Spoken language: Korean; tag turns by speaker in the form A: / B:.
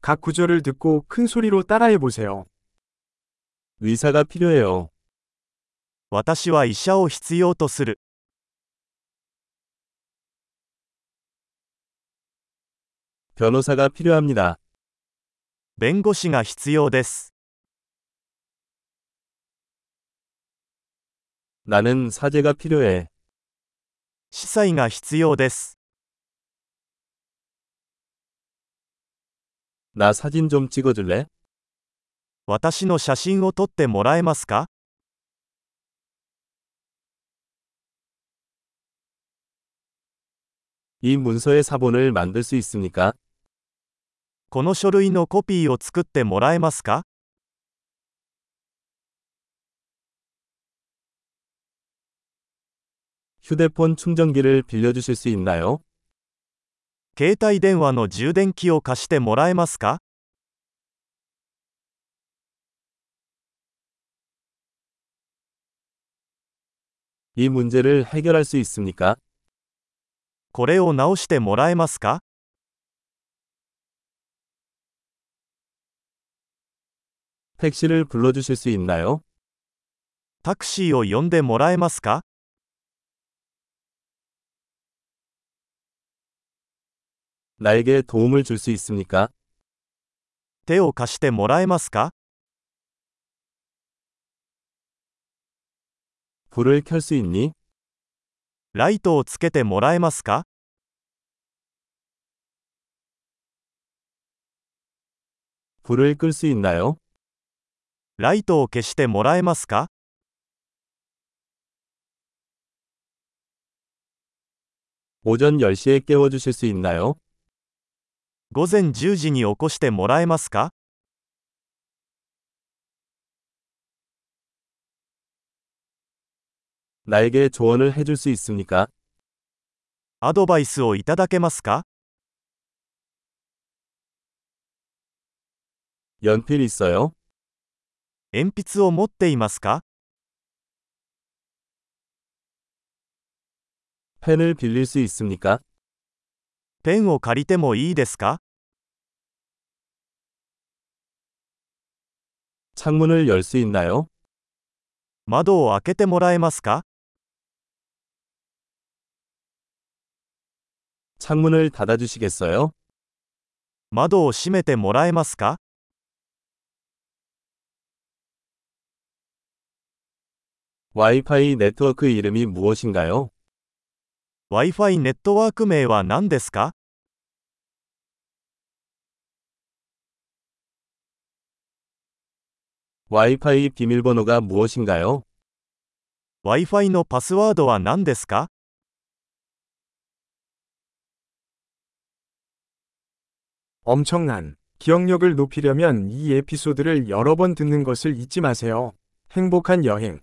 A: 각 구절을 듣고 큰 소리로 따라해 보세요.
B: 의사가 필요해요.
C: 私は医者を必要とする。
B: 변호사가 필요합니다.
C: 弁護士が必要です。
B: 나는 사제가 필요해.
C: 司祭が必要です。
B: 나 사진 좀 찍어줄래?
C: 私の写真を撮ってもらえますか
B: 이 문서의 사본을 만들 수 있습니까?
C: この書類のコピーを作ってもらえますか
B: 휴대폰 충전기를 빌려주실 수 있나요?
C: 携帯電話の充電器を貸してもらえますか
B: 이 문제를 해결할 수 있습니까?
C: これを直してもらえますか
B: 택시를 불러주실 수 있나요?
C: タクシーを呼んでもらえますか
B: 나에게 도움을 줄 수 있습니까?
C: 手を貸してもらえますか
B: 불을 켤 수 있니?
C: ライトをつけてもらえますか
B: 불을 끌 수 있나요?
C: ライトを消してもらえますか
B: 오전 10시에 깨워주실 수 있나요?
C: 午前10時に起こしてもらえますか
B: 나에게 조언을 해줄 수 있습니까?
C: アドバイスをいただけますか
B: 연필 있어요?
C: 鉛筆を持っていますか
B: 펜을 빌릴 수 있습니까?
C: ペンを借りてもいいですか
B: 창문을 열 수 있나요?
C: 窓を開けてもらえますか
B: 창문을 닫아주시겠어요?
C: 窓を閉めてもらえますか
B: 와이파이 네트워크 이름이 무엇인가요?
C: Wi-Fi ネットワーク名は何ですか
B: 와이파이 비밀번호가 무엇인가요?
C: Wi-Fi のパスワードは何ですか
A: 엄청난 기억력을 높이려면 이 에피소드를 여러 번 듣는 것을 잊지 마세요. 행복한 여행.